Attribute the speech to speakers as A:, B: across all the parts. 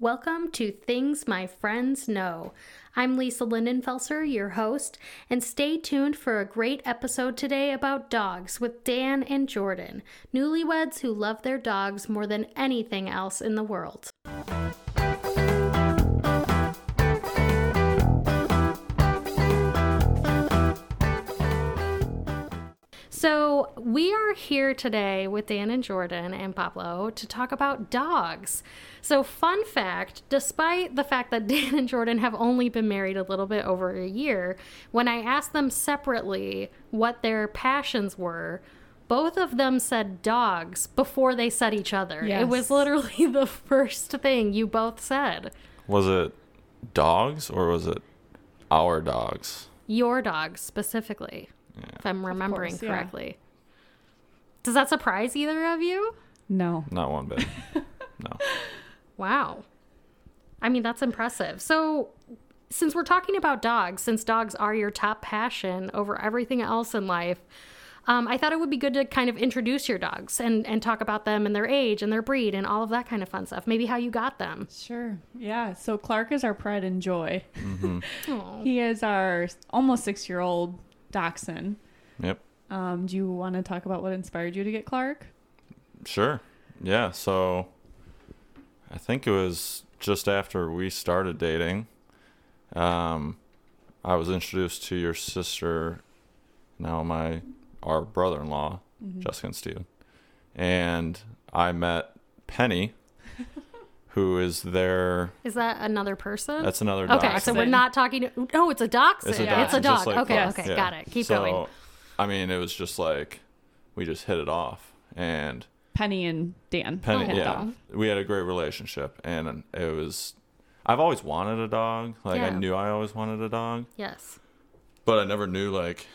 A: Welcome to Things My Friends Know. I'm Lisa Lindenfelser, your host, and stay tuned for a great episode today about dogs with Dan and Jordan, newlyweds who love their dogs more than anything else in the world. So, we are here today with Dan and Jordan and Pablo to talk about dogs. So, fun fact despite the fact that Dan and Jordan have only been married a little bit over a year, when I asked them separately what their passions were, both of them said dogs before they said each other. It was
B: Yes.
A: literally the first thing you both said
C: Was it dogs or was it our dogs?
A: your dogs specifically, if I'm remembering
B: course, yeah.
A: correctly. Does that surprise either of you?
B: No.
C: Not one bit. no.
A: Wow. I mean, that's impressive. So, since we're talking about dogs, since dogs are your top passion over everything else in life, um, I thought it would be good to kind of introduce your dogs and, and talk about them and their age and their breed and all of that kind of fun stuff. Maybe how you got them.
B: Sure. Yeah. So Clark is our pride and joy.
C: Mm-hmm.
A: Aw.
B: He is our almost six year old dachshund.
C: Yep.
B: Um, do you want to talk about what inspired you to get Clark?
C: Sure. Yeah. So I think it was just after we started dating. Um, I was introduced to your sister, now my our brother-in-law, Jessica and Steven, and I met Penny, who is their.
A: Is that another person?
C: That's another.
A: okay,
C: dachshund.
A: so we're not talking. No, it's a dachshund. It's a,
B: dachshund,
A: dog.
C: just like
A: okay,
C: dogs.
A: okay,
C: Yeah.
A: got it. Keep
C: So,
A: going.
C: I mean, it was just like we just hit it off, and
B: Penny and Dan.
C: Penny,
A: Oh.
C: yeah, we had a great relationship, and it was. I've always wanted a dog. Like I
A: Yeah.
C: knew I always wanted a dog,
A: Yes.
C: but I never knew like.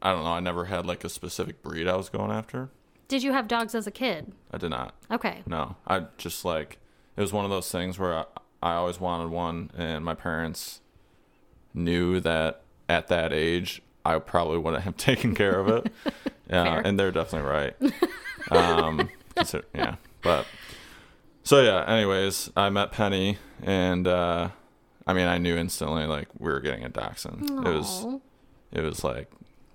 C: I don't know. I never had like a specific breed I was going after.
A: Did you have dogs as a kid?
C: I did not.
A: Okay.
C: No, I just like it was one of those things where I, I always wanted one, and my parents knew that at that age I probably wouldn't have taken care of it. yeah,
A: Fair.
C: and they're definitely right. um, consider- yeah, but so yeah. Anyways, I met Penny, and uh, I mean, I knew instantly like we were getting a dachshund. It was
A: Aw.
C: it was like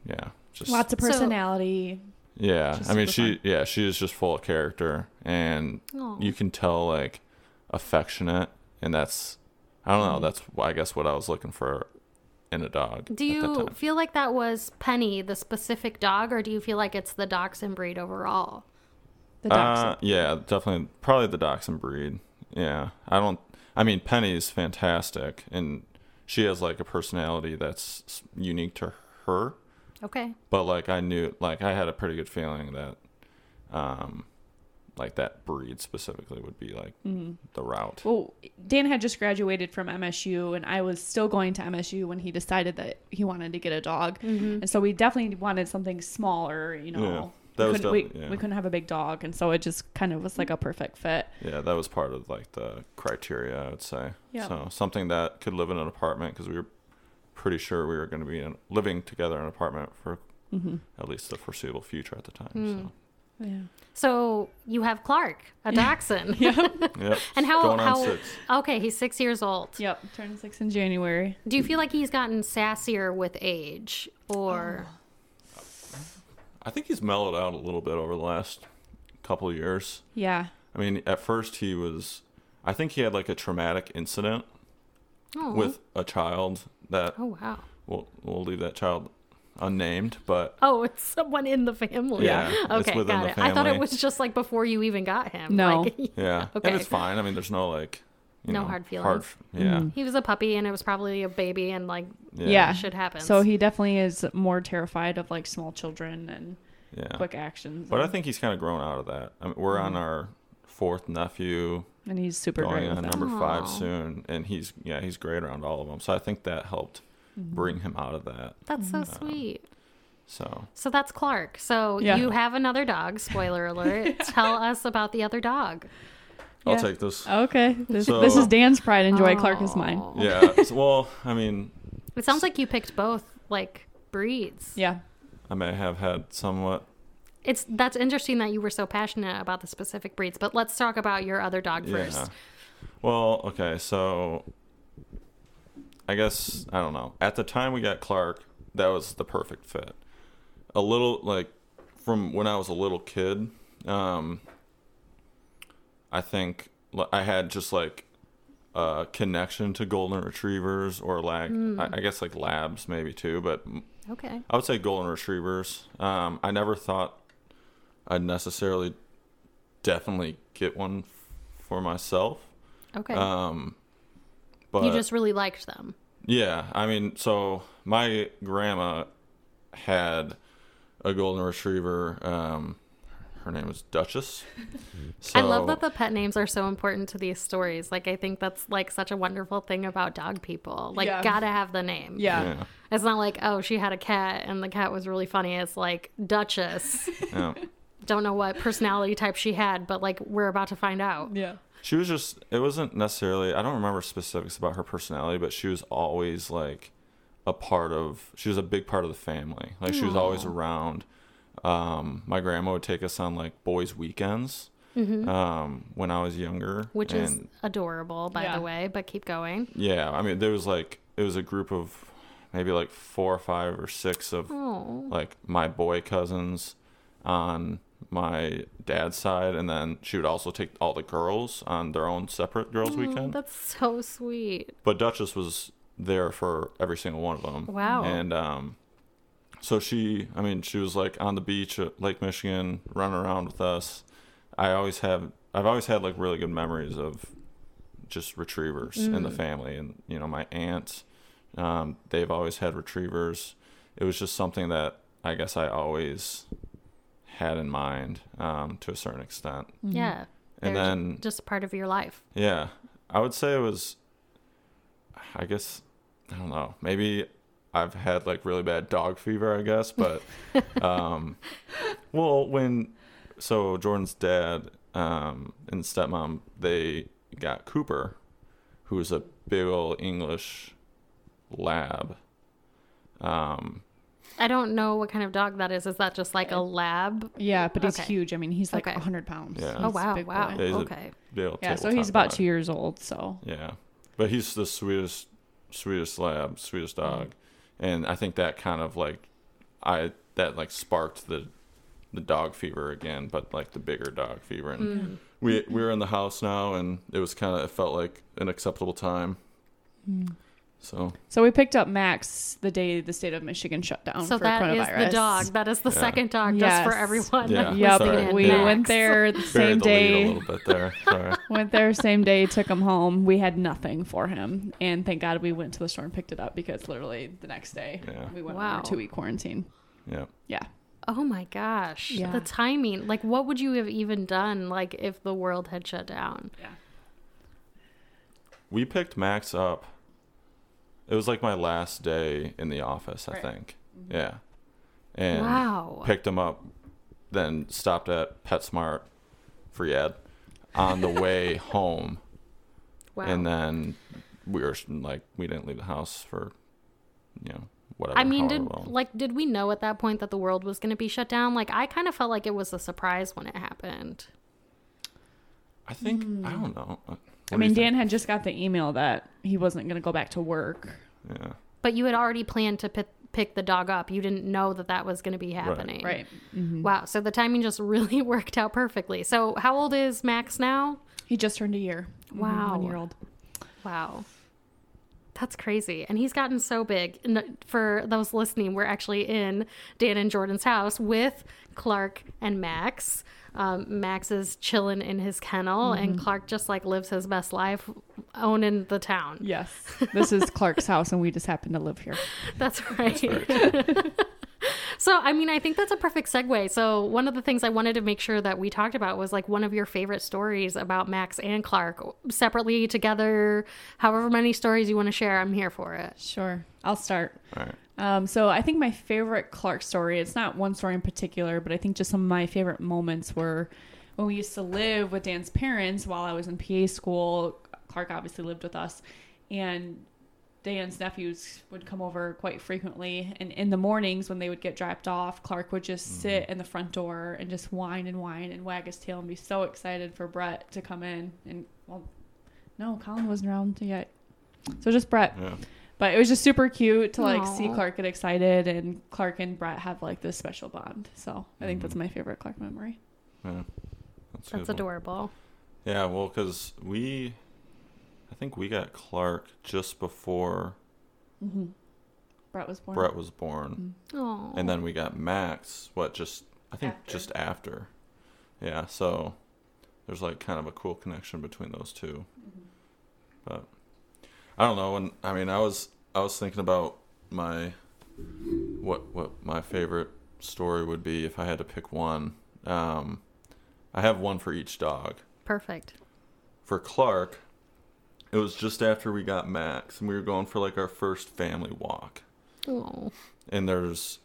C: yeah, just
B: Lots of
A: So-
B: personality.
C: yeah,
B: She's
C: I mean
B: super
C: she
B: fun.
C: yeah she is just full of character, and
A: Aw.
C: you can tell like affectionate, and that's I don't know that's wh- I guess what I was looking for in a
A: Mm.
C: dog.
A: Do
C: at that
A: you
C: time.
A: feel like that was Penny, the specific dog, or do you feel like it's the dachshund breed overall?
B: the
C: Uh,
B: dachshund.
C: yeah, definitely probably the dachshund breed. Yeah, I don't. I mean Penny's fantastic, and she has like a personality that's s- unique to her.
A: Okay.
C: But like I knew, like I had a pretty good feeling that, um, like that breed specifically would be like the route.
B: Mm-hmm. well, Dan had just graduated from MSU, and I was still going to MSU when he decided that he wanted to get a dog. And so we definitely wanted something smaller, you know.
C: Yeah. That
B: we,
C: was
B: couldn't, we,
C: definitely- yeah.
B: we couldn't have a big dog, and so it just kind of was like a perfect fit.
C: Yeah, that was part of like the criteria, I would say.
B: Yeah.
C: So something that could live in an apartment because we were pretty sure we were going to be in, living together in an apartment for
A: Mm-hmm.
C: at least the foreseeable future at the time.
B: Yeah.
A: So you have Clark, a dachshund.
C: So. Yep.
A: Mm. And how
C: Going on
A: how
C: six.
A: Okay, he's 6 years old.
B: Yep. Turned six in January.
A: Do you feel like he's gotten sassier with age or
C: I think he's mellowed out a little bit over the last couple of years.
B: Yeah.
C: I mean, at first he was, I think he had like a traumatic incident
A: oh.
C: with a child that
A: Oh wow.
C: we'll, we'll leave that child unnamed, but
A: Oh, it's someone in the family.
C: Yeah, it's
A: Okay,
C: within
A: got
C: the
A: it. I thought it
C: family.
A: was just like before you even got him.
B: No.
A: Like,
C: yeah,
A: Okay.
C: and it's fine. I mean, there's no like, you
A: No
C: know,
A: hard feelings. Mm-hmm.
C: f- yeah.
A: he was a puppy and it was probably a baby and like
B: Yeah.
A: shit happens.
B: Uh, So he definitely is more terrified of like small children and
C: Yeah.
B: quick actions.
C: But I
B: and,
C: think he's kind of grown out of that. I mean, we're on our fourth nephew,
B: and he's super
C: going
B: great
C: on
B: with that.
C: number five
A: Aw.
C: soon, and he's yeah he's great around all of them. So I think that helped
B: Mm-hmm.
C: bring him out of that.
A: That's so
C: Mm.
A: sweet.
C: So
A: So that's Clark. So
B: Yeah.
A: you have another dog. Spoiler alert. Tell us about the other dog.
B: Yeah. Uh,
C: I'll take this.
B: Okay. This,
C: So-
B: this is Dan's pride and joy. Clark is mine.
A: Aw.
C: Yeah. it's- well, I mean,
A: It sounds like you picked both like breeds.
B: Yeah.
C: I may have had somewhat.
A: It's that's interesting that you were so passionate about the specific breeds. But let's talk about your other dog
C: Yeah.
A: first.
C: Well, okay, so I guess I don't know. At the time we got Clark, that was the perfect fit. A little like from when I was a little kid, um, I think l- I had just like a connection to golden retrievers or like
A: Hmm.
C: I, I guess like labs maybe too, but m-
A: Okay.
C: I would say golden retrievers. Um, I never thought I'd necessarily definitely get one f- for myself.
A: Okay.
C: Um, but
A: you just really liked them.
C: yeah, I mean, so my grandma had a golden retriever. Um, her name was Duchess.
A: I love
C: So-
A: that the pet names are so important to these stories. Like I think that's like such a wonderful thing about dog people. Like
B: Yeah.
A: gotta have the name.
B: Yeah.
C: Yeah,
A: It's not like, oh, she had a cat and the cat was really funny. It's like Duchess.
C: yeah.
A: Don't know what personality type she had, but like we're about to find out.
B: Yeah.
C: She was just, it wasn't necessarily, I don't remember specifics about her personality, but she was always like a part of, she was a big part of the family. Like she was always around. Um, my grandma would take us on like boys' weekends um, when I was younger.
A: Mm-hmm. Which is
C: and-
A: adorable, by
B: Yeah.
A: the way, but keep going.
C: Yeah, I mean, there was like it was a group of maybe like four or five or six of
A: Oh.
C: like my boy cousins on my dad's side, and then she would also take all the girls on their own separate girls' weekend.
A: oh, That's so sweet.
C: But Duchess was there for every single one of them.
A: Wow.
C: And um, so she, I mean, she was like on the beach at Lake Michigan, running around with us. I always have, I've always had like really good memories of just retrievers in the family, and you know, my aunts, um, they've always had retrievers. It was just something that I guess I always had in mind um, to a certain extent.
B: Mm-hmm.
A: Yeah.
C: And
A: They're
C: then
A: just part of your life.
C: yeah. I would say it was I guess I don't know. Maybe I've had like really bad dog fever, I guess, but um well, when so Jordan's dad um and stepmom, they got Cooper, who was a big old English lab. Um
A: I don't know what kind of dog that is. Is that just like a lab?
B: Yeah, but he's
A: Okay.
B: huge. I mean, he's like
A: Okay.
B: 100 pounds.
C: Yeah.
B: He's
C: Oh,
A: Oh
B: a
A: wow,
B: big
A: wow.
B: boy.
C: Yeah, he's a-
A: Okay.
C: big old
B: Yeah, so
C: tabletop
B: he's about
C: dog.
B: two years old. So
C: Yeah. But he's the sweetest, sweetest lab, sweetest
B: Mm-hmm.
C: dog. And I think that kind of like, I, that like sparked the, the dog fever again, but like the bigger dog fever. And
B: Mm-hmm.
C: we, we were in the house now and it was kind of, it felt like an acceptable time.
B: Mm.
C: So
B: so we picked up Max the day the state of Michigan shut down
A: So
B: for
A: that is
B: coronavirus.
A: the dog. That is the
C: Yeah.
A: second dog just for
B: Yes.
A: everyone.
C: Yeah.
A: that
B: Yep,
A: listened
C: Sorry.
A: in.
B: we
C: Yeah.
B: went
A: Max.
B: there the
C: buried
B: same
C: the lead a
B: day.
C: little bit there. Sorry.
B: Went there same day, took him home. We had nothing for him, and thank God we went to the store and picked it up because literally the next day
C: Yeah.
B: we went
A: Wow.
B: on two week quarantine.
C: yeah.
B: Yeah,
A: Oh my gosh.
B: Yeah.
A: The timing. Like what would you have even done like if the world had shut down?
B: yeah,
C: We picked Max up. It was like my last day in the office, I
B: Right. Mm-hmm.
C: think. Yeah. And
A: wow.
C: picked him up, then stopped at PetSmart, free ad, on the way home,
A: wow.
C: and then we were like, we didn't leave the house for, you know, whatever.
A: I mean,
C: however
A: did
C: long.
A: like did we know at that point that the world was going to be shut down? Like I kind of felt like it was a surprise when it happened.
C: I think
A: Hmm.
C: I don't know. What
B: I
C: do
B: mean,
C: you
B: Dan
C: think?
B: had just got the email that he wasn't going to go back to work.
C: Yeah.
A: But you had already planned to pick pick the dog up. You didn't know that that was going to be happening.
B: Right.
A: Wow. So the timing just really worked out perfectly. So how old is Max now?
B: He just turned a year. Mm-hmm.
A: Wow.
B: One year old.
A: Wow. That's crazy. And he's gotten so big. N- For those listening, we're actually in Dan and Jordan's house with Clark and Max. Um, Max is chilling in his kennel, and Clark just like lives his best life owning the town.
B: Yes. This is Clark's house, and we just happen to live here.
A: That's right. so, I mean, I think that's a perfect segue. So, one of the things I wanted to make sure that we talked about was like one of your favorite stories about Max and Clark separately, together, however many stories you want to share. I'm here for it.
B: Sure. I'll start.
C: All right.
B: Um, so I think my favorite Clark story, it's not one story in particular, but I think just some of my favorite moments were when we used to live with Dan's parents while I was in PA school. Clark obviously lived with us. And Dan's nephews would come over quite frequently. And in the mornings when they would get dropped off, Clark would just sit in the front door and just whine and whine and wag his tail and be so excited for Brett to come in. And well, No, Colin wasn't around yet. So just Brett.
C: Yeah.
B: But it was just super cute to like see
A: Aw.
B: Clark get excited and Clark and Brett have like this special bond. So I think that's
C: Mhm.
B: my favorite Clark memory.
C: Yeah. a
A: That's
C: good one.
A: adorable.
C: Yeah, well, because we, I think we got Clark just before
B: Mm-hmm. Brett was born. Mm-hmm.
C: Brett was born,
A: Oh.
C: and then we got Max. What just? I think
B: After.
C: just after. Yeah, so there's like kind of a cool connection between those 2 but I don't know. And I mean, I was I was thinking about my what what my favorite story would be if I had to pick one. Um, I have one for each dog.
A: Perfect.
C: for Clark, it was just after we got Max and we were going for like our first family walk.
A: Oh.
C: And there's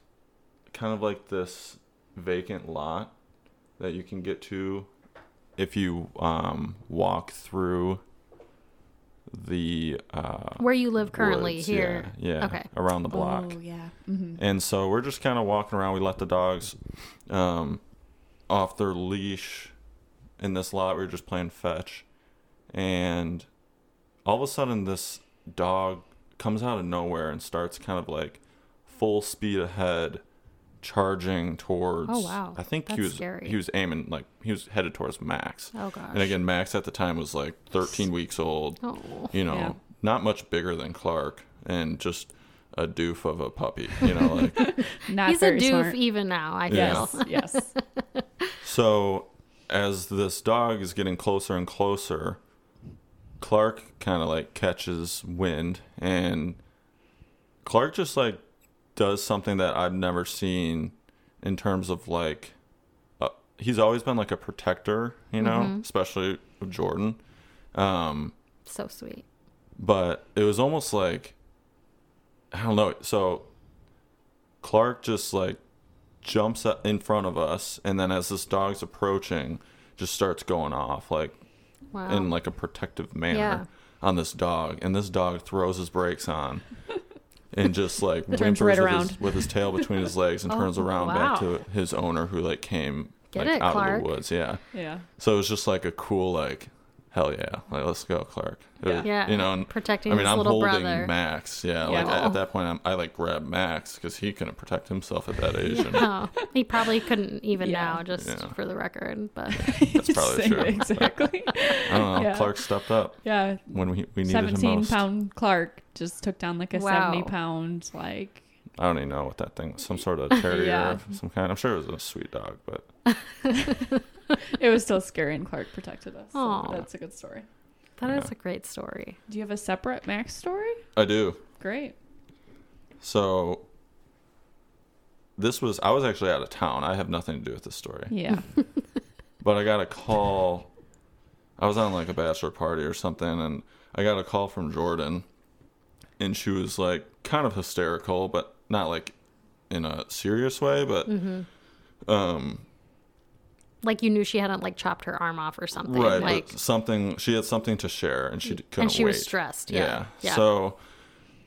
C: kind of like this vacant lot that you can get to if you um, walk through the uh,
A: Where you live currently
C: woods.
A: here.
C: Yeah, yeah,
A: Okay.
C: around the block.
B: Oh yeah. Mm-hmm.
C: And so we're just kind of walking around. We let the dogs um, off their leash in this lot. We were just playing fetch. And all of a sudden, this dog comes out of nowhere and starts kind of like full speed ahead, charging towards.
A: Oh, wow.
C: I think
A: That's
C: he was
A: scary.
C: he was aiming like he was headed towards Max.
A: Oh gosh.
C: And again, Max at the time was like 13 weeks old
A: Oh.
C: you know,
B: Yeah.
C: not much bigger than Clark and just a doof of a puppy, you know, like
B: Not
A: He's a
B: very
A: doof
B: smart.
A: even now, I feel.
C: Yeah.
B: Yes. yes.
C: so as this dog is getting closer and closer, Clark kind of like catches wind and Clark just like does something that I've never seen in terms of like uh, he's always been like a protector, you know, especially of Jordan. Um
A: So sweet.
C: but it was almost like I don't know. So Clark just like jumps up in front of us, and then as this dog's approaching, just starts going off like
A: Wow.
C: in like a protective manner
A: Yeah.
C: on this dog, and this dog throws his brakes on. And just like
B: Turns
C: whimpers
B: right
C: with,
B: around.
C: His, with his tail between his legs and
A: Oh,
C: turns around back
A: wow.
C: to his owner who like came
A: Get
C: like
A: it,
C: out
A: Clark.
C: of the woods. Yeah.
B: Yeah.
C: So it was just like a cool like, hell yeah, like let's go, Clark. It was-
A: yeah.
C: You know, and
A: protecting
C: I mean,
A: his
C: I'm
A: little
C: holding
A: brother.
C: Max.
B: Yeah.
C: Yeah, like at, at that point, I'm, I like grab Max because he couldn't protect himself at that age. And
A: Oh, he probably couldn't even
B: Yeah.
A: now, just
C: Yeah.
A: for the record. But
B: That's
C: probably true.
B: Exactly.
C: I don't know.
B: Yeah.
C: Clark stepped up
B: yeah.
C: when we we needed him
B: Seventeen
C: most.
B: pound Clark just took down like a
A: Wow.
B: seventy pound like
C: I don't even know what that thing was. Some sort of terrier,
B: Yeah.
C: of some kind. I'm sure it was a sweet dog, but
B: it was still scary and Clark protected us. So
A: Aw.
B: that's a good story.
A: that is
C: Yeah.
A: a great story.
B: Do you have a separate Max story?
C: I do.
B: Great.
C: So this was I was actually out of town. I have nothing to do with this story.
B: Yeah.
C: but I got a call. I was on like a bachelor party or something, and I got a call from Jordan, and she was like kind of hysterical, but not like in a serious way. But
A: Mm-hmm.
C: um,
A: Like you knew she hadn't like chopped her arm off or something.
C: right,
A: like
C: but something she had something to share, and she d- couldn't
A: and she
C: wait.
A: was stressed. Yeah. Yeah.
C: So,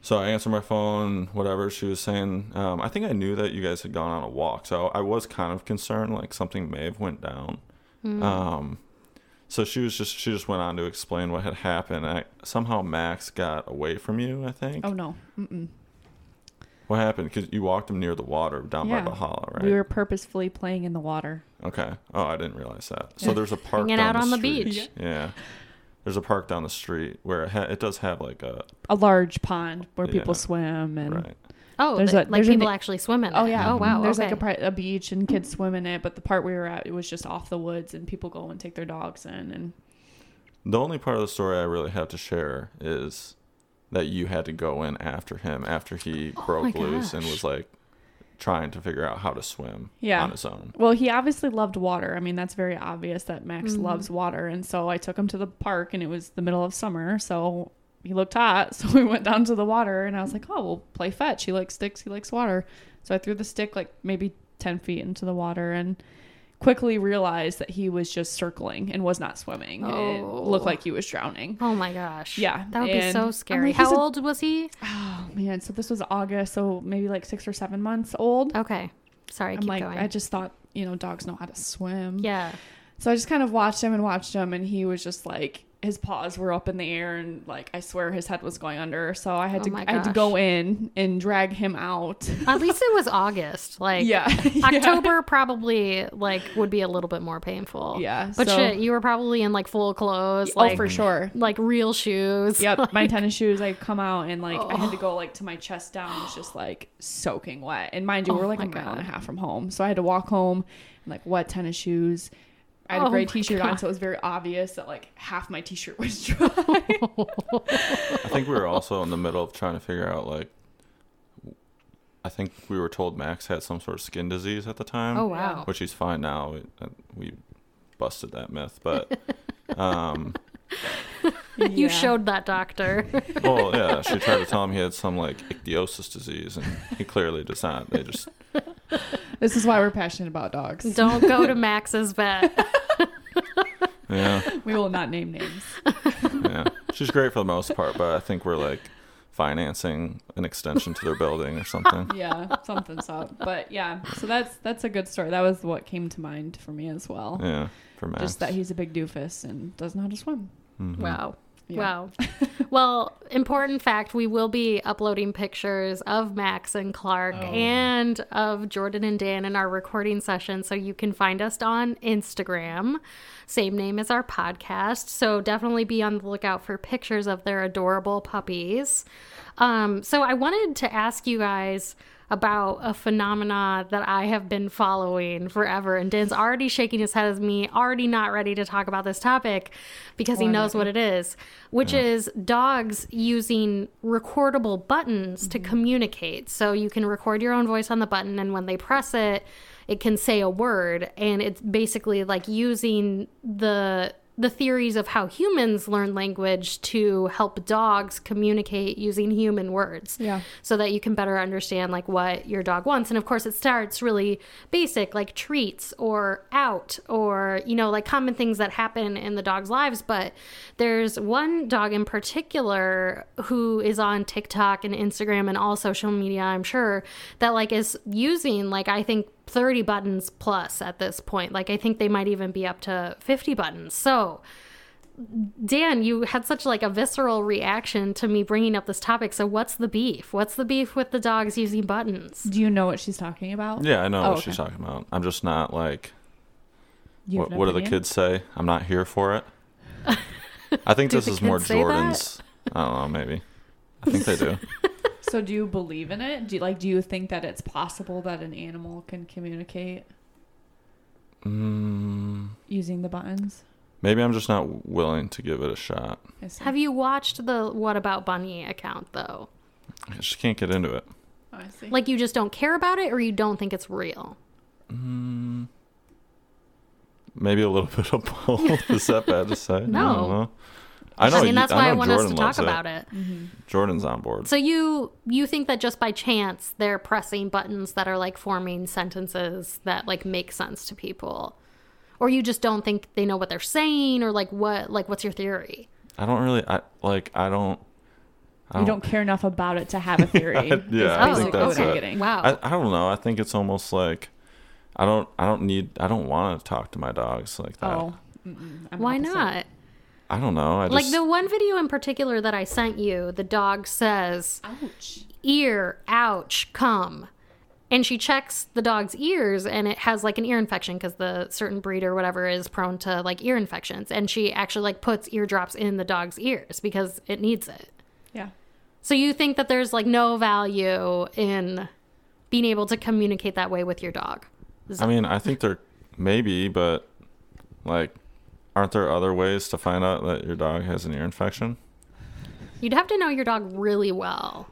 C: so I answered my phone, whatever. She was saying, um, I think I knew that you guys had gone on a walk, so I was kind of concerned, like something may have went down. Um, so she was just she just went on to explain what had happened. I, somehow Max got away from you. I think.
B: oh no. Mm-mm.
C: What happened? Because you walked him near the water down
B: Yeah.
C: by Valhalla, right?
B: We were purposefully playing in the water.
C: Okay. Oh, I didn't realize that. So
B: Yeah.
C: there's a park
A: Hanging
C: down
A: out
C: the
A: on the
C: street.
A: beach.
C: Yeah. There's a park down the street where it, ha- it does have like a
B: A large pond where people
C: Yeah.
B: swim and
C: right.
A: Oh,
B: There's
A: the-
B: a-
A: like
B: there's an-
A: people actually swim in.
B: Oh
A: it.
B: yeah.
A: Oh wow.
B: There's
A: okay.
B: like a, pri- a beach and kids swim in it, but the part we were at it was just off the woods and people go and take their dogs in and
C: The only part of the story I really have to share is that you had to go in after him after he broke
A: Oh my
C: loose and
A: gosh.
C: was like trying to figure out how to swim
B: Yeah.
C: on his own.
B: Well, he obviously loved water. I mean, that's very obvious that Max
A: Mm-hmm.
B: loves water. And so I took him to the park and it was the middle of summer. So he looked hot. So we went down to the water and I was like, oh, we'll play fetch. He likes sticks. He likes water. So I threw the stick like maybe 10 feet into the water and quickly realized that he was just circling and was not swimming. It
A: Oh.
B: looked like he was drowning.
A: Oh my gosh.
B: Yeah,
A: That would be
B: and
A: so
B: I'm
A: scary.
B: like, he's
A: How
B: a-
A: old was he?
B: Oh, man. So this was August. So maybe like six or seven months old.
A: Okay. Sorry,
B: I'm
A: keep
B: like,
A: going.
B: I just thought, you know, dogs know how to swim.
A: yeah.
B: So I just kind of watched him and watched him, and he was just like his paws were up in the air and like I swear his head was going under. So I had
A: Oh
B: to
A: my
B: I had to
A: gosh.
B: go in and drag him out.
A: At least it was August. Like
B: yeah.
A: October probably like would be a little bit more painful.
B: Yeah,
A: But
B: so-
A: shit, you were probably in like full clothes,
B: Oh,
A: like
B: for sure.
A: like real shoes.
B: Yep, my tennis shoes. I come out and like I had
A: Oh.
B: to go like to my chest down. It's just like soaking wet. And mind you,
A: Oh
B: we're like
A: my
B: a mile and a
A: God.
B: half from home, so I had to walk home in like wet tennis shoes. I had
A: Oh
B: a
A: my
B: gray T-shirt on,
A: God.
B: so it was very obvious that like half my T-shirt was dry.
C: I think we were also in the middle of trying to figure out like. I think we were told Max had some sort of skin disease at the time.
A: Oh wow.
C: which he's fine now. We, uh, we busted that myth, but um,
A: You
B: Yeah.
A: showed that doctor.
C: well, yeah, she tried to tell him he had some like ichthyosis disease, and he clearly does not. They just
B: This is why we're passionate about dogs.
A: Don't go to Max's vet.
C: yeah,
B: We will not name names.
C: yeah. She's great for the most part, but I think we're like financing an extension to their building or something.
B: Yeah, something's up. But yeah, so that's that's a good story. That was what came to mind for me as well.
C: Yeah, for Max.
B: Just that he's a big doofus and doesn't know how to swim.
C: Mhm.
A: Wow.
B: Yeah.
A: Wow. Well, important fact we will be uploading pictures of Max and Clark and of Jordan and Dan in our recording session. So you can find us on Instagram. Same name as our podcast. So definitely be on the lookout for pictures of their adorable puppies. Um, so I wanted to ask you guys about a phenomena that I have been following forever. And Dan's already shaking his head at me, already not ready to talk about this topic because he
B: Or
A: knows what it is, which is dogs using recordable buttons to communicate. So you can record your own voice on the button, and when they press it, it can say a word. And it's basically like using the the theories of how humans learn language to help dogs communicate using human words
B: Yeah.
A: so that you can better understand like what your dog wants and of course it starts really basic like treats or out or you know like common things that happen in the dog's lives but there's one dog in particular who is on TikTok and Instagram and all social media I'm sure that like is using like I think 30 buttons plus at this point like I think they might even be up to 50 buttons so Dan, you had such like a visceral reaction to me bringing up this topic. So what's the beef? What's the beef with the dogs using buttons?
B: Do you know what she's talking about?
C: Yeah, I know
B: Oh,
C: what
B: okay.
C: she's talking about. I'm just not like
B: You have
C: what,
B: an
C: what do the
B: opinion?
C: kids say? I'm not here for it. I think
A: Do
C: this
A: the
C: is more
A: kids say that?
C: Jordan's. I don't know, maybe. I think they do.
B: So do you believe in it? Do you, like do you think that it's possible that an animal can communicate
C: mm,
B: using the buttons?
C: maybe I'm just not willing to give it a shot.
B: I see.
A: Have you watched the What About Bunny account though?
C: I just can't get into it.
B: Oh, I see.
A: Like you just don't care about it or you don't think it's real?
C: Mm, maybe a little bit of both. Is that bad to say? I
A: No.
C: don't know. I know.
A: I mean,
C: you-
A: that's why I,
C: know
A: want
C: Jordan
A: us to talk
C: loves
A: about it.
C: it. Jordan's on board.
A: So you you think that just by chance they're pressing buttons that are like forming sentences that like make sense to people? Or you just don't think they know what they're saying or like what like what's your theory?
C: I don't really. I like. I don't. I
B: you don't care enough about it to have a theory.
C: I- yeah, I
A: think
B: basically
A: that's
B: what I'm
A: it.
B: getting.
A: Wow.
C: I, I don't know. I think it's almost like I don't. I don't need. I don't want to talk to my dogs like that.
B: Oh, mm-mm, I'm
A: Why
B: opposite.
A: not?
C: I don't know. I
A: Like
C: just.
A: the one video in particular that I sent you, the dog says,
B: Ouch.
A: ear, ouch, come. And she checks the dog's ears and it has like an ear infection because the certain breed or whatever is prone to like ear infections. And she actually like puts eardrops in the dog's ears because it needs it.
B: Yeah.
A: So you think that there's like no value in being able to communicate that way with your dog.
C: I mean, I think there maybe, but like, aren't there other ways to find out that your dog has an ear infection?
A: You'd have to know your dog really well.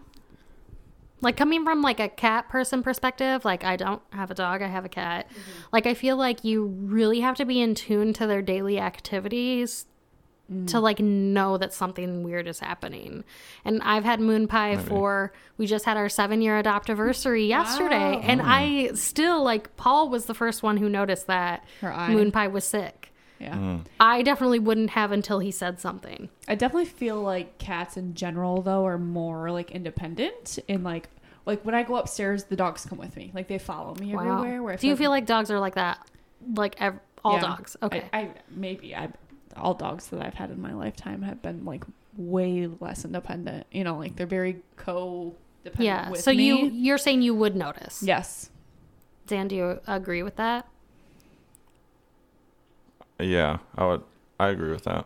A: Like coming from like a cat person perspective, like I don't have a dog, I have a cat. Like I feel like you really have to be in tune to their daily activities to like know that something weird is happening. And I've had Moon Pie for we just had our 7-year adoptiversary yesterday
B: Wow.
A: and I still like Paul was the first one who noticed that
B: Her eye.
A: Moon Pie was sick.
B: Yeah.
C: Hmm.
A: I definitely wouldn't have until he said something.
B: I definitely feel like cats in general though are more like independent and like like when I go upstairs, the dogs come with me. Like they follow me everywhere. Where I
A: Do you feel like dogs are like that? Like ev- all
B: Yeah.
A: dogs? Okay.
B: I, I maybe I all dogs that I've had in my lifetime have been like way less independent. You know, like they're very co dependent
A: yeah.
B: with
A: So
B: me.
A: you you're saying you would notice.
B: Yes.
A: Dan, do you agree with that?
C: Yeah, I would. I agree with that.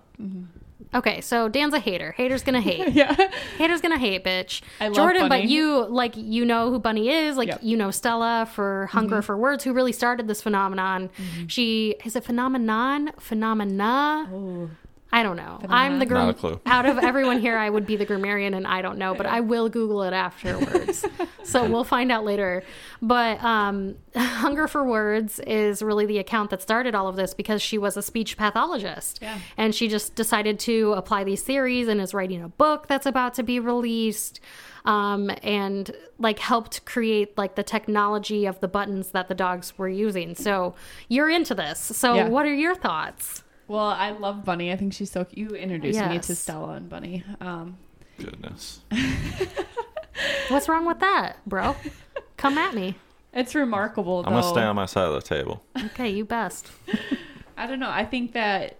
A: Okay, so Dan's a hater. Hater's gonna hate.
B: Yeah.
A: Hater's gonna hate, bitch.
B: I love
A: Jordan,
B: Bunny.
A: but you like you know who Bunny is, like
B: Yep. Mm-hmm.
A: you know Stella for Hunger for Words, who really started this phenomenon. She is it phenomenon, phenomena.
B: Oh.
A: I don't know. I'm the
B: Phenomenon.
A: grim-
C: Not a clue.
A: out of everyone here. I would be the grammarian, and I don't know, but I will Google it afterwards. so we'll find out later. But um, Hunger for Words is really the account that started all of this because she was a speech pathologist,
B: Yeah.
A: and she just decided to apply these theories and is writing a book that's about to be released. Um, and like helped create like the technology of the buttons that the dogs were using. So you're into this. So
B: Yeah.
A: what are your thoughts?
B: Well, I love Bunny. I think she's so cute. You introduced me to
A: Yes.
B: Stella and Bunny. Um,
C: Goodness.
A: What's wrong with that, bro? Come at me.
B: it's remarkable.
C: I'm gonna
B: though.
C: stay on my side of the table.
A: Okay, you best.
B: I don't know. I think that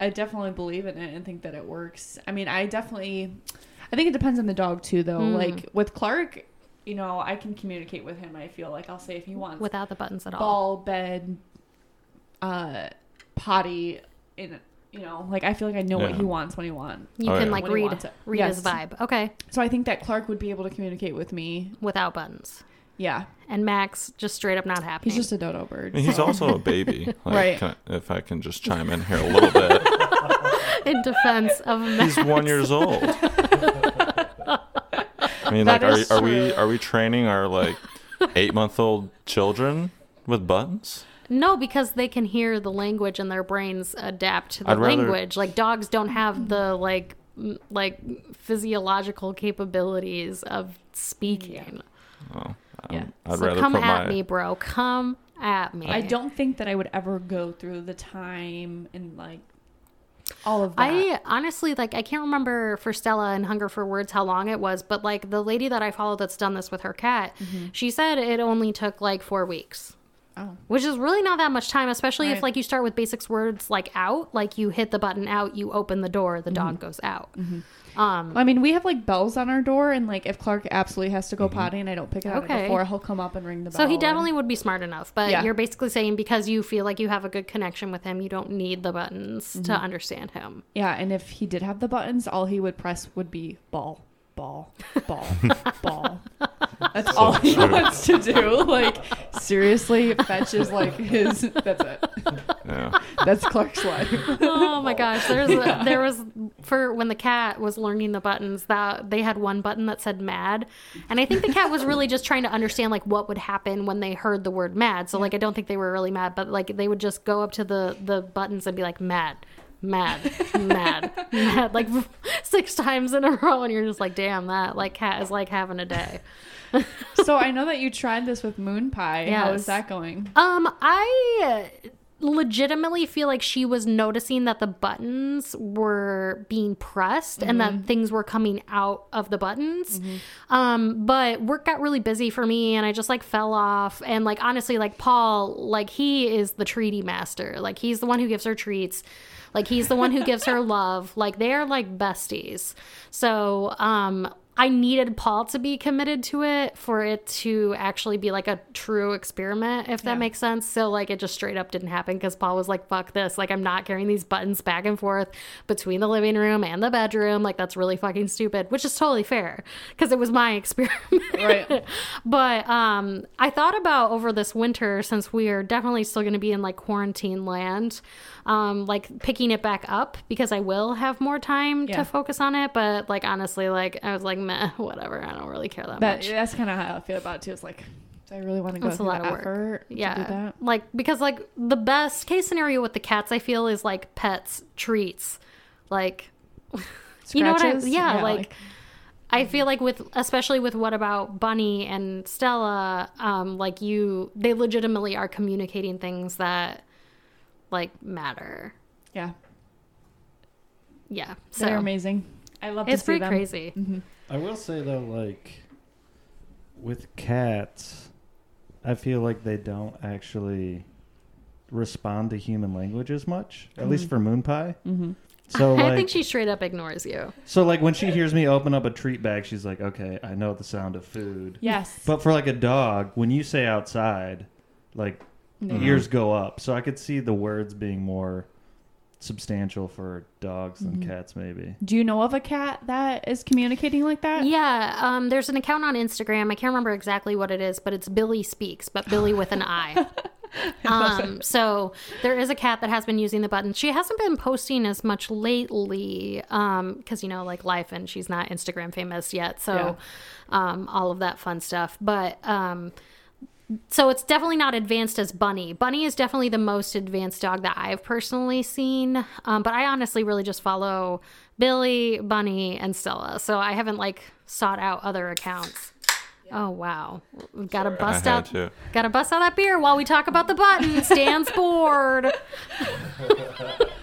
B: I definitely believe in it and think that it works. I mean, I definitely I think it depends on the dog too though.
A: Mm.
B: Like with Clark, you know, I can communicate with him. I feel like I'll say if he wants
A: Without the buttons at all.
B: ball bed uh potty in you know, like I feel like I know what
C: Yeah.
B: he wants when he wants.
A: You
C: Oh,
A: can
C: yeah.
A: like
B: When he
A: read
B: wants it.
A: read
B: Yes.
A: his vibe. Okay.
B: So I think that Clark would be able to communicate with me.
A: Without buttons.
B: Yeah.
A: And Max just straight up not happening.
B: He's just a dodo
C: I
B: bird.
C: mean, he's
B: so-
C: also a baby. Like,
B: Right.
C: can I- if I can just chime in here a little bit,
A: in defense of Max.
C: he's one years old. I mean,
B: That
C: like,
B: is
C: are, are we
B: true.
C: are we training our like eight month old children with buttons?
A: No, because they can hear the language and their brains adapt to the
C: I'd rather-
A: language. Like dogs don't have the
B: Mm-hmm.
A: like m- like physiological capabilities of speaking.
C: Oh, I'm-
B: Yeah.
C: I'd
A: so
C: rather
A: come
C: put
A: at
C: my.
A: me, bro. Come at me.
B: I don't think that I would ever go through the time and like all of that.
A: I honestly like I can't remember for Stella and Hunger for Words how long it was, but like the lady that I follow that's done this with her cat, she said it only took like 4 weeks,
B: Mm-hmm. oh.
A: which is really not that much time, especially if
B: Right.
A: like you start with basics words like out, like you hit the button out, you open the door, the dog
B: Mm-hmm.
A: goes out. Um
B: I mean, we have like bells on our door, and like if Clark absolutely has to go potty and I don't pick it up
A: Okay.
B: before, he'll come up and ring the bell.
A: so he
B: and-
A: definitely would be smart enough, but
B: Yeah.
A: you're basically saying because you feel like you have a good connection with him, you don't need the buttons to
B: Mm-hmm.
A: understand him.
B: yeah, and if he did have the buttons, all he would press would be ball, ball, ball, ball. That's all he
C: true.
B: wants to do. Like seriously, fetch is like his. That's it.
C: Yeah.
B: That's Clark's life.
A: oh my gosh there's a, there was for when the cat was learning the buttons that they had one button that said mad and i think the cat was really just trying to understand like what would happen when they heard the word mad so like i don't think they were really mad but like they would just go up to the the buttons and be like mad mad mad mad like six times in a row and you're just like damn that like cat is like having a day
B: So I know that you tried this with Moon Pie. How
A: Yes.
B: is that going?
A: Um, I legitimately feel like she was noticing that the buttons were being pressed and that things were coming out of the buttons. Um, but work got really busy for me and I just like fell off. And like, honestly, like Paul, like he is the treaty master. Like he's the one who gives her treats. Like he's the one who gives her love. Like they're like besties. So, um, I needed Paul to be committed to it for it to actually be like a true experiment, if that
B: Yeah.
A: makes sense. So, like, it just straight up didn't happen because Paul was like, fuck this. Like, I'm not carrying these buttons back and forth between the living room and the bedroom. Like, that's really fucking stupid, which is totally fair because it was my experiment.
B: Right.
A: But um, I thought about over this winter, since we are definitely still going to be in like quarantine land, um, like picking it back up because I will have more time
B: Yeah.
A: to focus on it. But like honestly, like I was like, meh, whatever. I don't really care that,
B: That
A: much.
B: that's kind of how I feel about it too. It's like, do I really want to go
A: That's a
B: through
A: lot
B: that
A: of work.
B: effort
A: yeah,
B: to do that?
A: like because like the best case scenario with the cats, I feel is like pets treats, like You know what I-
B: Scratches?
A: yeah, like, I feel like with especially with what about Bunny and Stella, um, like you, they legitimately are communicating things that like matter.
B: yeah,
A: Yeah,
B: they're
A: so
B: amazing. I love to
A: it's
B: see
A: pretty
B: them. Mm-hmm.
A: crazy. Mm-hmm.
D: I will say though, like with cats, I feel like they don't actually respond to human language as much, at least for Moon Pie.
B: Mhm.
D: So
A: Mm-hmm. I
D: like,
A: think she straight up ignores you.
D: so like when she hears me open up a treat bag, she's like, "Okay, I know the sound of food."
B: Yes.
D: But for like a dog, when you say outside, like
B: No.
D: ears go up. So I could see the words being more substantial for dogs than
A: Mm-hmm.
D: cats, maybe.
B: Do you know of a cat that is communicating like that?
A: Yeah, um, there's an account on Instagram. I can't remember exactly what it is, but it's Billy Speaks, but Billy with an I. Um, so there is a cat that has been using the button. She hasn't been posting as much lately because, you know, like life and she's not Instagram famous yet. So um, all of that fun stuff. But um, so it's definitely not advanced as Bunny. Bunny is definitely the most advanced dog that I've personally seen. Um, but I honestly really just follow Billy, Bunny, and Stella. So I haven't like sought out other accounts. Oh wow! We've got to bust
C: I had
A: out,
C: to.
A: got to bust out that beer while we talk about the button. Stan's bored.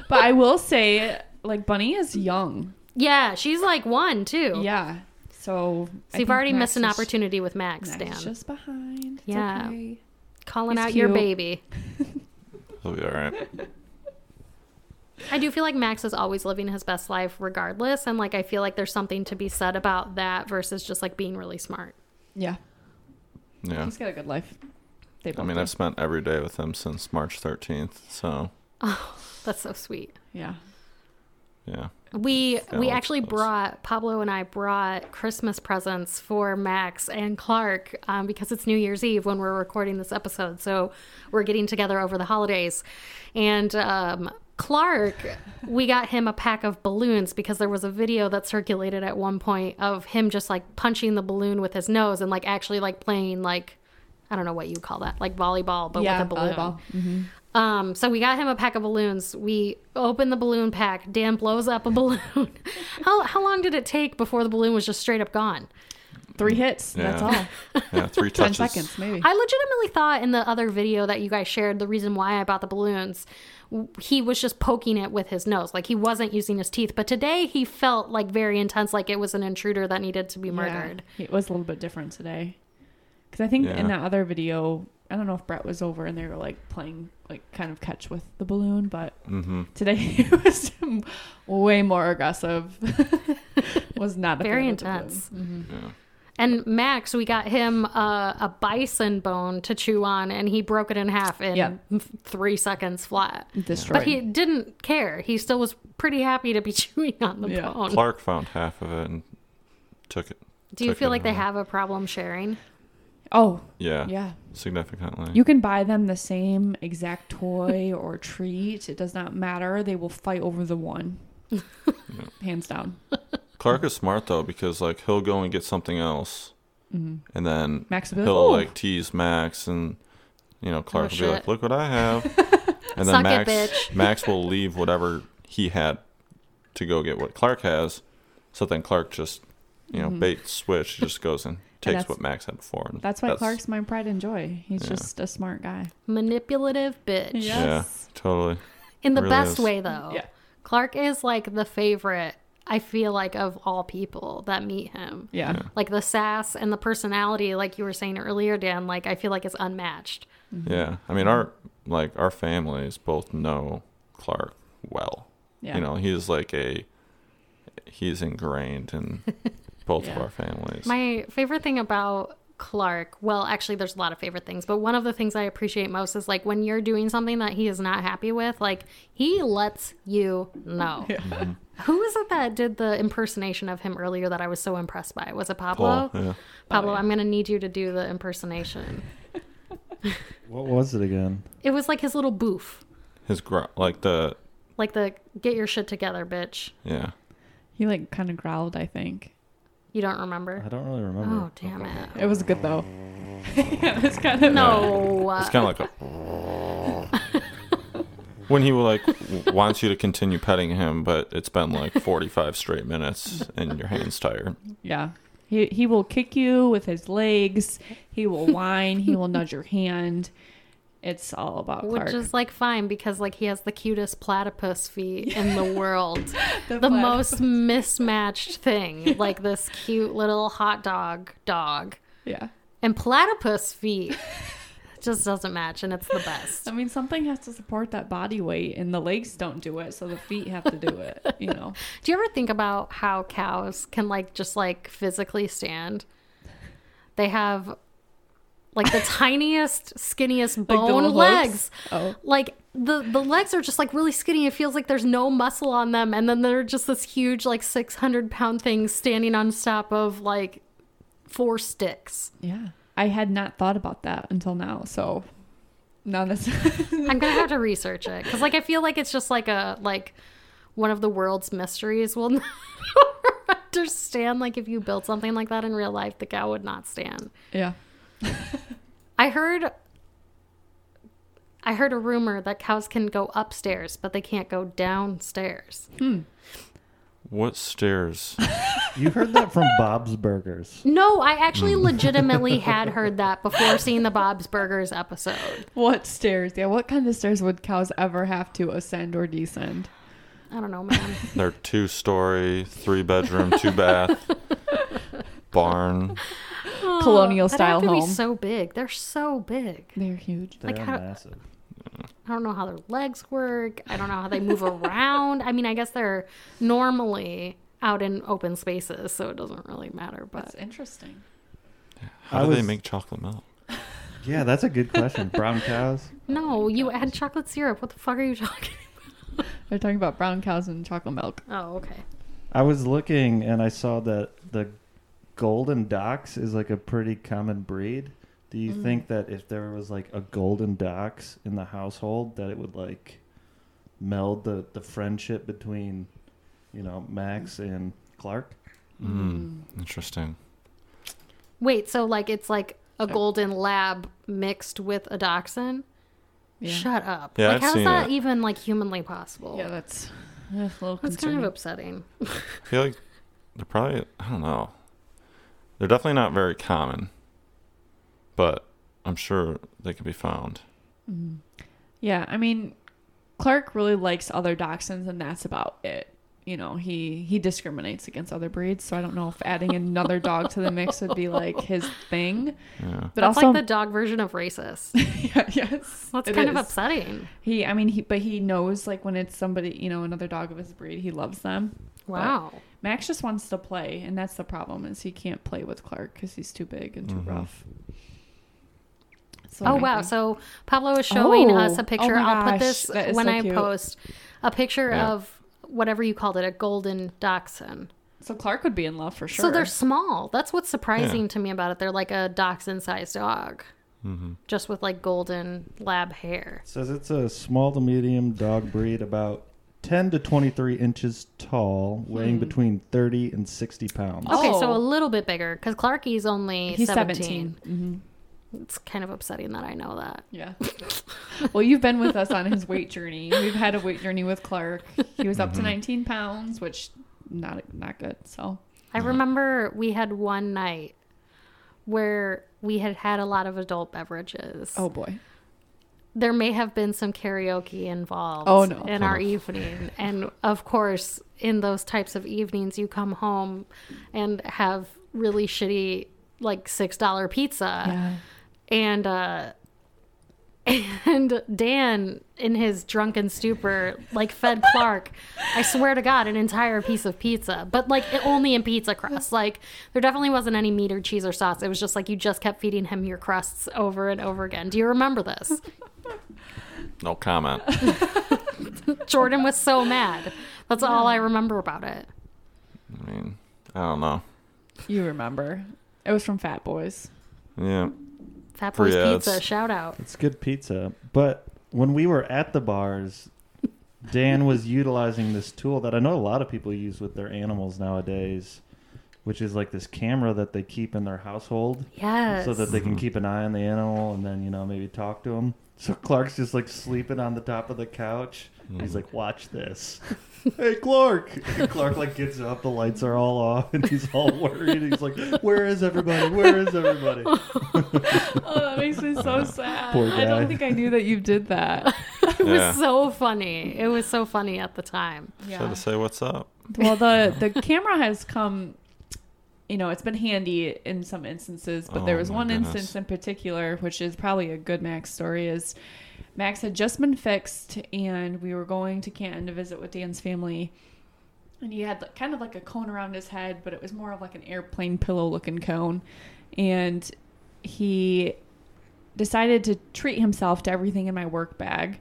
B: But I will say, like Bunny is young.
A: Yeah, she's like one too.
B: Yeah. So, I
A: so you've
B: think
A: already
B: Max
A: missed an
B: is-
A: opportunity with Max,
B: Max
A: Stan.
B: is just behind. It's
A: Yeah.
B: okay.
A: Calling
B: he's
A: out your
B: cute.
A: baby.
C: He'll be all right.
A: I do feel like Max is always living his best life regardless. And like, I feel like there's something to be said about that versus just like being really smart.
B: Yeah.
C: Yeah.
B: He's got a good life. They
C: I
B: both
C: mean,
B: do.
C: I've spent every day with him since March 13th. So,
A: That's so sweet.
B: yeah.
C: yeah.
A: We
C: Yeah,
A: we
C: that's
A: actually
C: close.
A: brought Pablo and I brought Christmas presents for Max and Clark um, because it's New Year's Eve when we're recording this episode, so we're getting together over the holidays. And um, Clark, we got him a pack of balloons because there was a video that circulated at one point of him just like punching the balloon with his nose and like actually like playing like I don't know what you call that like volleyball but
B: yeah.
A: with a balloon.
B: volleyball.
A: Um, so we got him a pack of balloons. We open the balloon pack. Dan blows up a balloon. how how long did it take before the balloon was just straight up gone?
B: Three hits. That's
C: Yeah.
B: all.
C: Yeah. Three
B: Ten
C: touches.
B: seconds, maybe.
A: I legitimately thought in the other video that you guys shared the reason why I bought the balloons, w- he was just poking it with his nose, like he wasn't using his teeth. But today he felt like very intense, like it was an intruder that needed to be murdered.
B: Yeah. It was a little bit different today. Because I think
C: Yeah.
B: in that other video, I don't know if Brett was over and they were like playing like kind of catch with the balloon, but
C: Mm-hmm.
B: today it was way more aggressive. was not a
A: Very
B: fan of the balloon.
A: intense.
B: Mm-hmm.
C: Yeah.
A: And Max, we got him uh, a bison bone to chew on, and he broke it in half in
B: Yeah.
A: three seconds flat.
B: Destroyed.
A: But he didn't care. He still was pretty happy to be chewing on the
B: Yeah.
A: bone.
C: Clark found half of it and took it.
A: Do you
C: took
A: feel
C: it
A: like they
C: home.
A: have a problem sharing?
B: oh
C: Yeah.
B: yeah,
C: Significantly.
B: you can buy them the same exact toy or treat. It does not matter. They will fight over the one, hands down.
C: Clark is smart though because like he'll go and get something else, and then
B: Mm-hmm. Max will be like,
C: he'll
B: "Ooh."
C: like tease Max, and you know Clark will be
A: shit.
C: like, "Look what I have," and then
A: Suck it,
C: Max
A: bitch.
C: Max will leave whatever he had to go get what Clark has, so then Clark just you know bait switch he just goes and takes
B: Mm-hmm. that's-
C: what Max had before. and
B: That's why Clark's my pride and joy. He's just a smart guy.
A: Manipulative bitch.
B: Yeah.
C: yeah
B: Yes.
C: totally
A: In the
C: Really
A: best
C: is.
A: way, though.
B: Yeah.
A: Clark is like the favorite, I feel like, of all people that meet him.
B: Yeah.
A: Like the sass and the personality, like you were saying earlier, Dan, like I feel like it's unmatched.
B: Mm-hmm.
C: yeah. I mean our like our families both know Clark well.
B: Yeah.
C: You know, he's like a he's ingrained in both of
B: Yeah.
C: our families.
A: My favorite thing about Clark, well, actually, there's a lot of favorite things, but one of the things I appreciate most is like when you're doing something that he is not happy with, like he lets you know. Who was it that did the impersonation of him earlier that I was so impressed by? Was it Pablo?
C: Paul, yeah.
A: Pablo,
B: Oh, yeah.
A: I'm going to need you to do the impersonation.
D: What was it again?
A: It was like his little boof,
C: His gr- like the
A: like the get your shit together, bitch.
C: yeah.
B: He like kind of growled, I think.
A: You don't remember?
D: I don't really remember.
A: Oh, damn it.
B: It was good though. yeah, that's kind of
A: No.
C: It's kind of like a when he like w- wants you to continue petting him, but it's been like 45 straight minutes and your hands tired.
B: Yeah. He he will kick you with his legs. He will whine. he will nudge your hand. It's all about Clark.
A: Which is like fine because like he has the cutest platypus feet in the world.
B: the
A: the
B: platypus.
A: most mismatched thing like this cute little hot dog dog
B: Yeah.
A: and platypus feet just doesn't match, and it's the best.
B: I mean, something has to support that body weight, and the legs don't do it, so the feet have to do it. You know,
A: Do you ever think about how cows can like just like physically stand? They have like the tiniest, skinniest
B: Like the
A: bone
B: little
A: legs.
B: hooks? Oh,
A: Like the the legs are just like really skinny. It feels like there's no muscle on them, and then they're just this huge like six hundred pound thing standing on top of like four sticks.
B: yeah. I had not thought about that until now. So now that's
A: I'm gonna have to research it because like I feel like it's just like a like one of the world's mysteries. We'll never understand like if you built something like that in real life, the cow would not stand.
B: yeah.
A: I heard I heard a rumor that cows can go upstairs, but they can't go downstairs.
C: What stairs?
D: You heard that from Bob's Burgers.
A: No, I actually
B: Hmm.
A: legitimately had heard that before seeing the Bob's Burgers episode.
B: What stairs? Yeah, what kind of stairs would cows ever have to ascend or descend?
A: I don't know, man.
C: They're two story, three bedroom, two bath, barn.
B: Colonial
A: That'd
B: style
A: have to be
B: home.
A: so big. They're so big.
B: They're huge.
D: They're
A: Like how-
D: massive.
A: I don't know how their legs work. I don't know how they move around. I mean, I guess they're normally out in open spaces, so it doesn't really matter. But
B: That's interesting.
C: How
D: I
C: do they
D: was-
C: make chocolate milk?
D: Yeah, that's a good question. Brown cows.
A: no,
B: Oh
A: you add chocolate syrup. What the fuck are you talking?
B: They're talking about brown cows and chocolate milk.
A: Oh, okay.
D: I was looking and I saw that the golden dox is like a pretty common breed. Do you
A: Mm.
D: think that if there was like a golden dox in the household that it would like meld the, the friendship between, you know, Max and Clark?
C: Mm, interesting.
A: Wait, so like it's like a golden lab mixed with a dachshund?
B: Yeah.
A: Shut up.
C: Yeah,
A: like
C: I've
A: how's
C: seen
A: that
C: it.
A: even like humanly possible?
B: Yeah, that's, that's a little
A: that's
B: concerning.
A: kind of upsetting.
C: I feel like they're probably, I don't know. They're definitely not very common, but I'm sure they can be found.
B: Mm. Yeah, I mean, Clark really likes other dachshunds, and that's about it. You know, he he discriminates against other breeds, so I don't know if adding another dog to the mix would be like his thing.
C: Yeah.
B: But
A: that's
B: also,
A: like the dog version of racist.
B: yeah, yes,
A: That's
B: it
A: kind of
B: is.
A: upsetting.
B: He, I mean, he but he knows like when it's somebody, you know, another dog of his breed, he loves them.
A: Wow.
B: Max just wants to play, and that's the problem is he can't play with Clark because he's too big and too
C: Mhm.
B: rough. So
A: Oh
B: I
A: wow!
B: think-
A: So Pablo is showing
B: Oh.
A: us a
B: Oh
A: picture.
B: my
A: I'll put
B: gosh,
A: this
B: that is
A: when
B: so
A: I
B: cute.
A: post a picture
C: Yeah.
A: of whatever you called it, a golden dachshund.
B: so Clark would be in love for sure.
A: So they're small. That's what's surprising to me about it. They're like a dachshund-sized dog,
C: mm-hmm.
A: just with like golden lab hair.
D: says it's a small to medium dog breed about 10 to 23 inches tall, weighing
A: Hmm.
D: between 30 and 60 pounds.
A: Okay, so
B: Oh.
A: a little bit bigger because Clarky's only
B: he's
A: 17.
B: 17 Mm-hmm.
A: It's kind of upsetting that I know that.
B: Yeah. Mm-hmm. well, you've been with us on his weight journey. We've had a weight journey with Clark. He was
D: Mm-hmm.
B: up to 19 pounds, which not not good. So
A: I remember we had one night where we had had a lot of adult beverages.
B: Oh, boy,
A: there may have been some karaoke involved
B: Oh, no.
A: in our evening and of course in those types of evenings you come home and have really shitty like six dollar pizza
B: yeah,
A: and uh and Dan, in his drunken stupor, like fed Clark, I swear to God, an entire piece of pizza, but like it- only in pizza crust. Like there definitely wasn't any meat or cheese or sauce. It was just like you just kept feeding him your crusts over and over again. Do you remember this?
C: No comment.
A: Jordan was so mad. That's all I remember about it.
C: I mean, I don't know.
B: you remember? It was from Fat Boys.
C: Yeah.
A: Fat Boys
C: Yeah,
A: Pizza,
C: it's-
A: shout out.
D: It's good pizza. But when we were at the bars, Dan was utilizing this tool that I know a lot of people use with their animals nowadays, which is like this camera that they keep in their household
A: Yes.
D: so that they can keep an eye on the animal and then, you know, maybe talk to him. So Clark's just like sleeping on the top of the couch.
C: Mm-hmm.
D: He's like, "Watch this." hey, Clark. And Clark like gets up, the lights are all off and he's all worried. He's like, "Where is everybody? Where is everybody?"
B: Oh, that makes me so sad.
D: Poor
B: I don't
D: guy.
B: think I knew that you did that.
A: it was
C: Yeah.
A: so funly. It was so funny at the time.
C: So to say what's up.
B: Well, the the camera has come you know, it's been handy in some instances, but
C: Oh,
B: there was
C: my
B: one
C: goodness.
B: instance in particular, which is probably a good Max story, is Max had just been fixed and we were going to Canton to visit with Dan's family. And he had like, kind of like a cone around his head, but it was more of like an airplane pillow looking cone. And he decided to treat himself to everything in my work bag,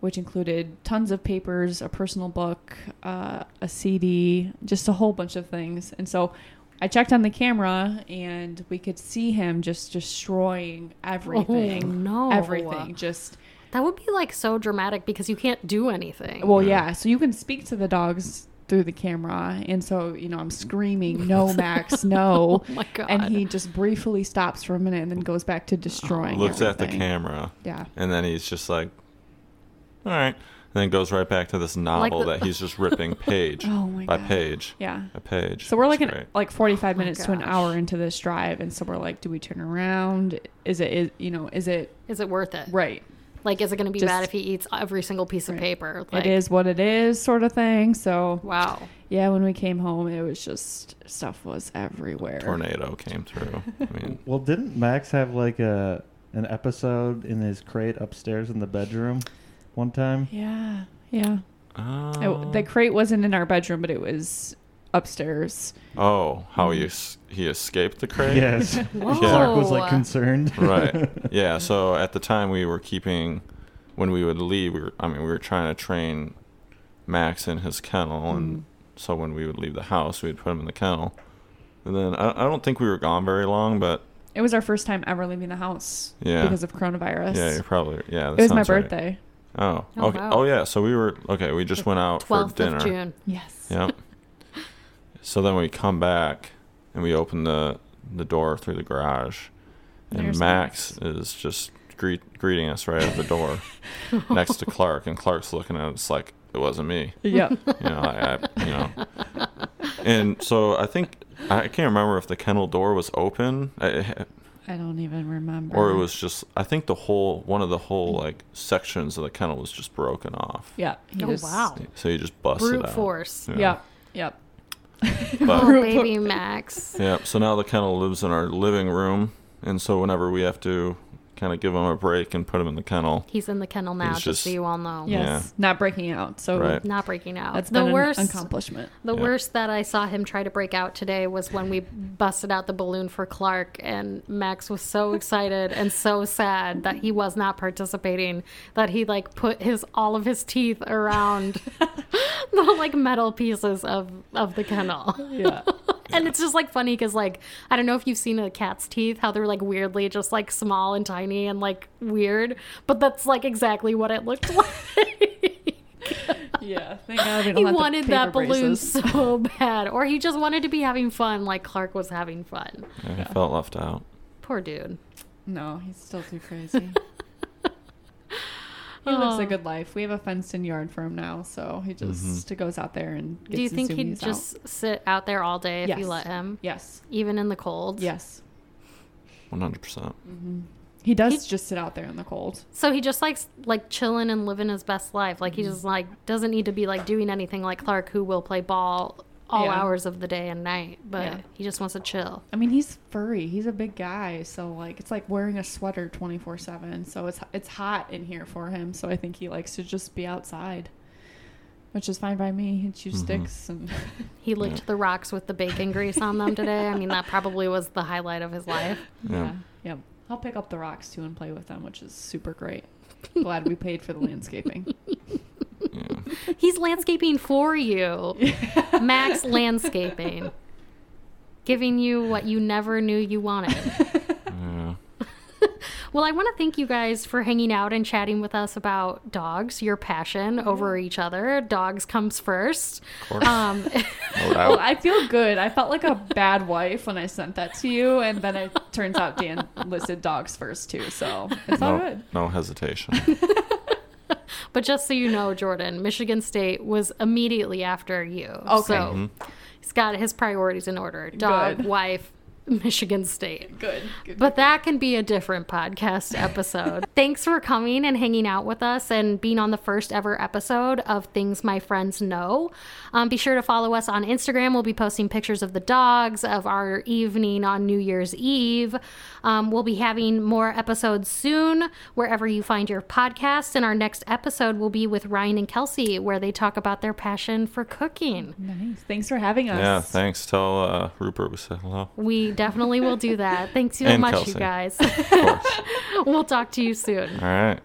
B: which included tons of papers, a personal book, uh, a CD, just a whole bunch of things. And so I checked on the camera, and we could see him just destroying everything,
A: no.
B: Oh, everything, just
A: That would be like so dramatic because you can't do anything.
B: Well, yeah. So you can speak to the dogs through the camera, and so you know I'm screaming, "No, Max, no!"
A: Oh my god.
B: And he just briefly stops for a minute and then goes back to destroying.
C: Looks at the
B: everything.
C: camera,
B: Yeah.
C: and then he's just like, "All right," and then goes right back to this novel
A: the-
C: that he's just ripping page
B: Oh my
C: by
B: god.
C: page,
B: Yeah.
C: a page.
B: So we're like
C: It's
B: an,
C: great. Oh
B: like 45 minutes to an
A: gosh.
B: hour into this drive, and so we're like, do we turn around? Is it is you know is it
A: is it worth it?
B: right?
A: Like, is it going to be
B: Just-
A: bad if he eats every single piece of
B: Right.
A: paper? Like,
B: it is what it is, sort of thing. So
A: Wow.
B: yeah, when we came home, it was just stuff was everywhere.
C: tornado came through. I mean,
D: Well, didn't Max have like a an episode in his crate upstairs in the bedroom one time?
B: Yeah. Yeah.
C: uh,
B: It,
A: Oh.
B: the crate wasn't in our bedroom, but it was upstairs.
C: oh, how
B: Mm.
C: he es- he escaped the crate.
D: Yes.
A: Whoa.
D: Clark was
A: Oh.
D: like concerned.
C: right yeah so at the time we were keeping when we would leave we were, i mean we were trying to train max in his kennel
B: Mm.
A: Mm.
C: and so when we would leave the house we'd put him in the kennel and then i, I don't think we were gone very long but
B: It was our first time ever leaving the house
C: Yeah.
B: because of coronavirus.
C: yeah you're probably yeah that
B: it was my
C: sounds right.
B: birthday.
C: oh
A: Oh,
C: okay
A: wow.
C: oh yeah so we were okay we just went out for
A: 12th
C: dinner
A: of June.
B: Yes.
C: yep so then we come back and we open the the door through the garage and
B: There's
C: Max is just greet, greeting us right at the door next to Clark, and Clark's looking at us like it wasn't me.
B: Yep.
C: You know, I, I you know. And so I think I can't remember if the kennel door was open I,
B: I don't even remember.
C: or it was just I think the whole one of the whole like sections of the kennel was just broken off.
B: Yeah. he
A: Oh,
B: just-
A: wow.
C: So you just busted
A: Brute
C: out.
A: force.
C: Yeah.
B: Yep. Yep.
C: But-
A: Oh, baby Max.
C: Yeah, so now the kennel lives in our living room, and so whenever we have to kind of give him a break and put him in the kennel,
A: He's in the kennel now,
C: He's
A: just,
C: just-
A: so you all know.
B: Yes.
C: Yeah.
B: Not breaking out. So
C: Right.
A: Not breaking out.
B: that's
A: the
B: been
A: worst.
B: an accomplishment.
A: the
C: Yeah.
A: worst that I saw him try to break out today was when we busted out the balloon for Clark, and Max was so excited and so sad that he was not participating. That he like put his all of his teeth around the like metal pieces of of the kennel.
B: Yeah.
A: And it's just like funny because like I don't know if you've seen a cat's teeth, how they're like weirdly just like small and tiny and like weird, but that's like exactly what it looked like.
B: yeah. Thank God we don't
A: he
B: have the
A: wanted that
B: paper
A: balloon
B: braces.
A: so bad, or he just wanted to be having fun, like Clark was having fun.
C: I felt left out.
A: Poor dude.
B: No, he's still too crazy. he lives
A: Aw.
B: a good life. We have a fenced in yard for him now, so he
C: Mm-hmm.
B: just goes out there and gets
A: Do you
B: his
A: think he'd
B: zoomies out.
A: just sit out there all day if you
B: Yes.
A: let him,
B: Yes.
A: even in the cold?
B: Yes.
C: One hundred percent.
B: He does
A: He-
B: just sit out there in the cold.
A: So he just likes like chilling and living his best life. Like he
B: Mm-hmm.
A: just like doesn't need to be like doing anything like Clark, who will play ball all
B: Yeah.
A: hours of the day and night. But
B: Yeah.
A: he just wants to chill.
B: I mean, he's furry. He's a big guy, so like it's like wearing a sweater 24/7. So it's it's hot in here for him, so I think he likes to just be outside. Which is fine by me. He chews sticks and
A: He licked the rocks with the bacon grease on them today. I mean, that probably was the highlight of his life.
C: Yeah.
B: yeah. Yep. I'll pick up the rocks too and play with them, which is super great. Glad we paid for the landscaping.
C: Yeah.
A: He's landscaping for you. Max landscaping. Giving you what you never knew you wanted.
C: yeah.
A: Well, I want to thank you guys for hanging out and chatting with us about dogs, your passion
B: Mm-hmm.
A: over each other. Dogs comes first.
C: Of course.
A: Um,
C: No doubt.
B: Well, I feel good. I felt like a bad wife when I sent that to you, and then it turns out Dan listed dogs first too, so it's all
C: no,
B: good.
C: no hesitation.
A: but just so you know, Jordan, Michigan State was immediately after you.
B: Okay. Mm-hmm.
A: So he's got his priorities in order dog,
B: Good.
A: wife, Michigan State.
B: Good. good.
A: But that can be a different podcast episode. Thanks for coming and hanging out with us and being on the first ever episode of Things My Friends Know. Um, be sure to follow us on Instagram. We'll be posting pictures of the dogs, of our evening on New Year's Eve. Um, we'll be having more episodes soon wherever you find your podcasts. And our next episode will be with Ryan and Kelsey, where they talk about their passion for cooking.
B: nice. Thanks for having us.
C: Yeah, thanks. Tell uh, Rupert we said hello.
A: We definitely will do that. Thanks so
C: And
A: much, you
C: Kelsey.
A: guys.
C: Of course.
A: we'll talk to you soon.
C: All right.